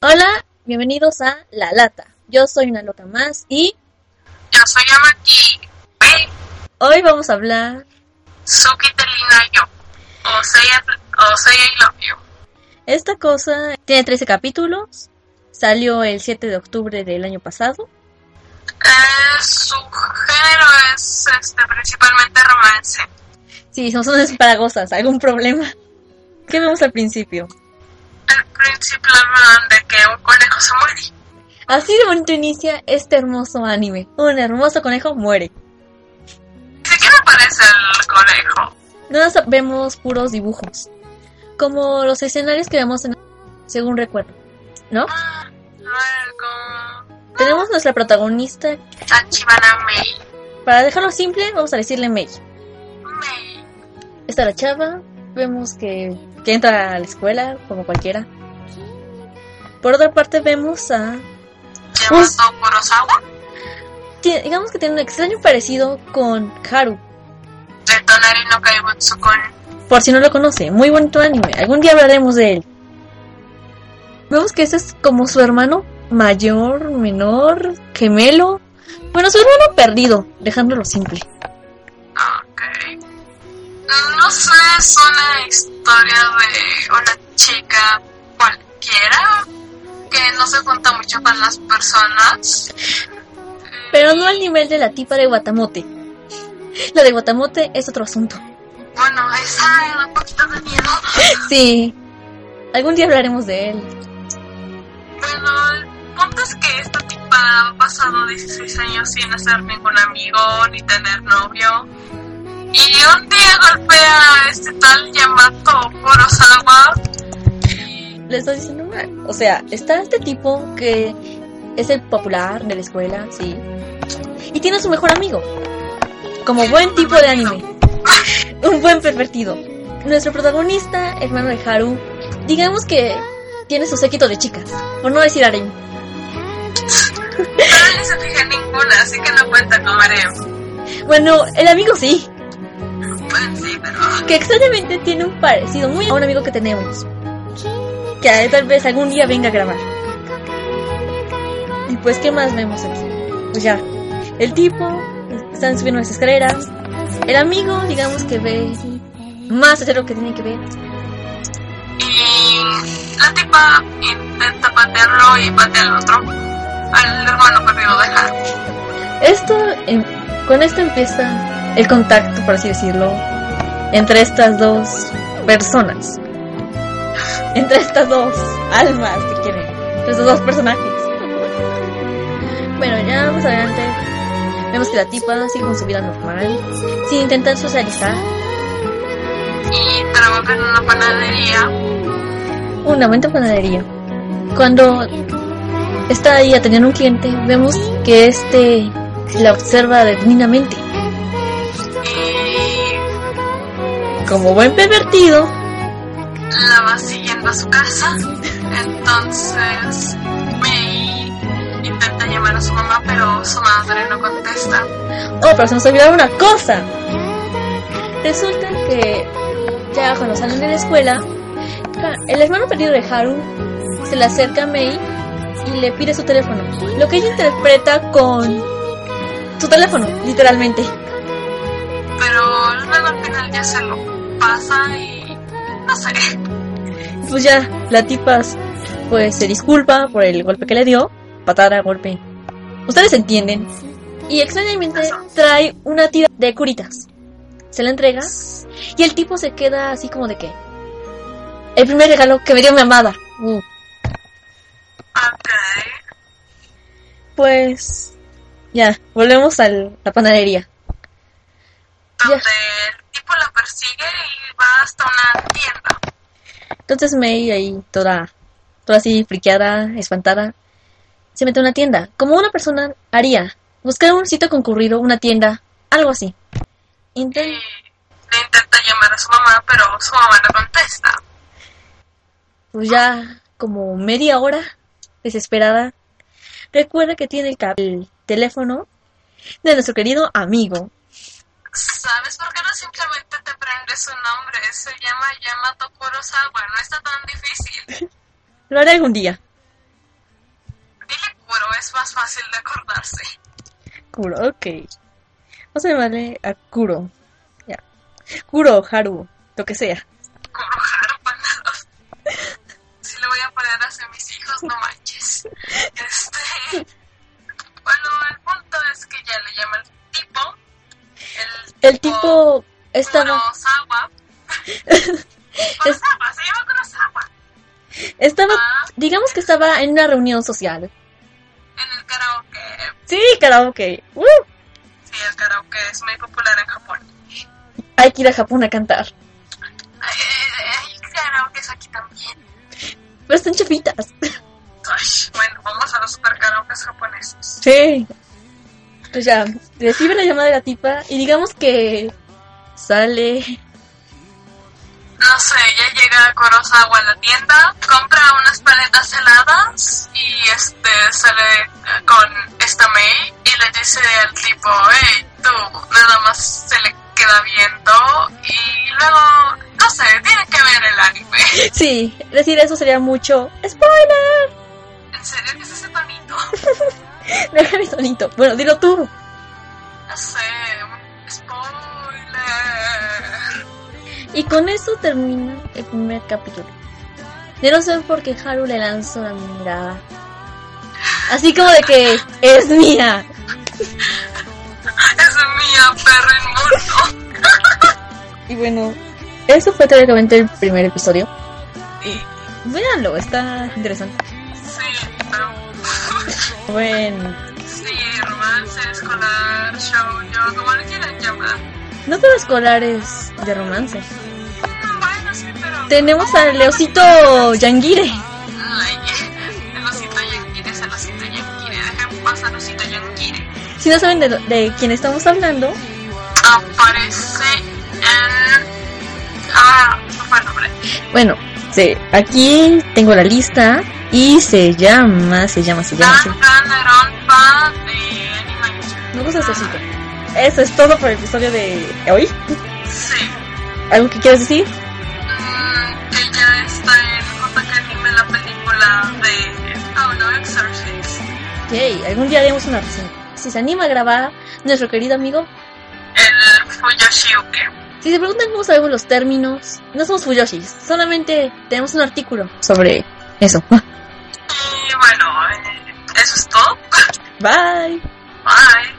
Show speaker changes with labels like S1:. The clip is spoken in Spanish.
S1: Hola, bienvenidos a La Lata. Yo soy una loca más y
S2: Yo soy Amaki. Ve,
S1: hoy vamos a hablar
S2: Suki te lina yo. O sea, o sea, I love you.
S1: Esta cosa tiene 13 capítulos. Salió el 7 de octubre del año pasado.
S2: Eh, su género es este, principalmente romance.
S1: Sí, somos unas esparagosas, algún problema. ¿Qué vemos al principio?
S2: El principio hablan de que un conejo se muere.
S1: Así de bonito inicia este hermoso anime. Un hermoso conejo muere.
S2: Ni siquiera aparece el conejo.
S1: Nada más vemos puros dibujos. Como los escenarios que vemos en... Según recuerdo. ¿No?
S2: Mm, Luego,
S1: Tenemos nuestra protagonista.
S2: Tachibana Mei.
S1: Para dejarlo simple, vamos a decirle Mei.
S2: Mei.
S1: Está la chava, vemos que, que entra a la escuela, como cualquiera. Por otra parte, vemos a.
S2: Yamato Kurosawa.
S1: ti- Digamos que tiene un extraño parecido con Haru.
S2: De Tonari no Kaibutsu con
S1: Por si no lo conoce, muy bonito anime. Algún día hablaremos de él. Vemos que este es como su hermano mayor, menor, gemelo. Bueno, su hermano perdido, dejándolo simple.
S2: Ok. No sé, es una historia de una chica cualquiera que no se junta mucho con las personas. Eh,
S1: Pero no al nivel de la tipa de Guatamote. La de Guatamote es otro asunto.
S2: Bueno, esa da un poquito de miedo.
S1: Sí. Algún día hablaremos de él.
S2: Bueno, el punto es que esta tipa ha pasado 16 años sin hacer ningún amigo ni tener novio. Y un día golpea a este tal Yamato Kurosawa. Y
S1: le estás diciendo mal. O sea, está este tipo que es el popular de la escuela, sí. Y tiene a su mejor amigo. Como buen tipo de anime. Un buen pervertido. Nuestro protagonista, hermano de Haru, digamos que tiene su séquito de chicas. Por no decir harem.
S2: pero no se fija en ninguna, así que no cuenta con mareo.
S1: Bueno, el amigo sí.
S2: Pues sí, pero
S1: Que extrañamente tiene un parecido muy a un amigo que tenemos. Que tal vez algún día venga a grabar. Y pues, ¿qué más vemos aquí? Pues ya, el tipo, están subiendo las escaleras. El amigo, digamos que ve más allá de lo que tiene que ver.
S2: Y la tipa intenta patearlo y patea al otro, al hermano perdido de Haru.
S1: Esto, em, con esto empieza el contacto, por así decirlo, entre estas dos personas. Entre estas dos almas que quieren. Entre estos dos personajes. Bueno, ya más adelante. Vemos que la tipa sigue con su vida normal, sin intentar socializar.
S2: Y trabaja en una panadería.
S1: Una buena panadería. Cuando está ahí atendiendo a un cliente, vemos que este la observa detenidamente.
S2: Y
S1: Como buen pervertido,
S2: la va siguiendo a su casa. Entonces Mei intenta llamar a su mamá, pero su madre no contesta.
S1: Oh, pero se nos olvidó una cosa. Resulta que ya cuando salen de la escuela, ca- el hermano perdido de Haru se le acerca a Mei y le pide su teléfono. Lo que ella interpreta con su teléfono, literalmente.
S2: Pero luego al final ya se lo pasa y no sé.
S1: Pues ya, la tipa pues se disculpa por el golpe que le dio. Patada, golpe. Ustedes entienden. Y extrañamente trae una tira de curitas. Se la entrega y el tipo se queda así como de que... El primer regalo que me dio mi amada. Uh,
S2: Ok.
S1: pues... Ya, volvemos a la panadería.
S2: Donde el tipo la persigue y va hasta una tienda.
S1: Entonces May ahí toda, toda así friqueada, espantada, se mete a una tienda, como una persona haría, buscar un sitio concurrido, una tienda, algo así. Inten-
S2: le intenta llamar a su mamá, pero su mamá no contesta.
S1: pues ya como media hora, desesperada, recuerda que tiene el, ca- el teléfono de nuestro querido amigo.
S2: ¿Sabes por qué no simplemente te prendes su nombre? Se llama Yamato Kurosawa, no está tan difícil.
S1: Lo haré algún día.
S2: fácil de acordarse.
S1: Kuro, ok. No se vale a Kuro. Ya. Kuro, Haru, lo que sea.
S2: Kuro Haru Pandados. Si le voy a poner así a mis hijos, no manches. Este. Bueno, el punto es que ya le llama el tipo.
S1: El tipo estaba,
S2: Kurosawa. Kurosawa, se llama Kurosawa.
S1: estaba,
S2: Ah.
S1: digamos que estaba en una reunión social.
S2: En el karaoke.
S1: Sí, karaoke. ¡Uh!
S2: Sí, el karaoke es muy popular en Japón.
S1: Hay que ir a Japón a cantar.
S2: Ay, ay, ay, El karaoke es aquí también.
S1: Pero están chafitas.
S2: Ay, bueno, vamos a los super karaokes japoneses.
S1: Sí. Pues ya, recibe la llamada de la tipa y digamos que sale.
S2: No sé, ya llega Kurosawa a la tienda, compra unas paletas heladas y este sale con esta May y le dice al tipo, hey, tú, nada más se le queda viendo y luego, no sé, tiene que ver el anime.
S1: Sí, decir eso sería mucho. ¡Spoiler!
S2: ¿En serio que es ese tonito?
S1: Déjame solito. Bueno, dilo tú.
S2: No sé, un spoiler.
S1: Y con eso termina el primer capítulo. Yo no sé por qué Haru le lanzó la mirada. Así como de que es mía.
S2: Es mía, perro inmundo.
S1: Y bueno, eso fue teóricamente el primer episodio.
S2: Sí,
S1: Véanlo, está interesante.
S2: sí, pero...
S1: Bueno,
S2: Sí, romance escolar, show, yo, como le quieran llamar.
S1: no todo escolar es de romance.
S2: Mm, Bueno, sí, pero.
S1: Tenemos al Leocito Yangire.
S2: Ay, el osito Yankire es el osito Yankire. Dejen pasar osito Yankire.
S1: Si no saben de, de quién estamos hablando,
S2: Aparece en. Ah, no fue el nombre.
S1: bueno, sí, aquí tengo la lista y se llama, se llama, se llama. se-
S2: Dan Danganronpa de Animal
S1: Me gusta ese osito. Eso es todo por el episodio de hoy.
S2: Sí.
S1: ¿Algo que quieras decir?
S2: Mm, que ya está en JK Anime la película de. Oh no, Exorcist.
S1: Yay, algún día haremos una reseña. Si se anima a grabar, nuestro querido amigo.
S2: El Fuyoshiuke.
S1: Si se preguntan cómo sabemos los términos, no somos fuyoshis, solamente tenemos un artículo sobre eso.
S2: Y bueno, eh, eso es todo.
S1: Bye.
S2: Bye.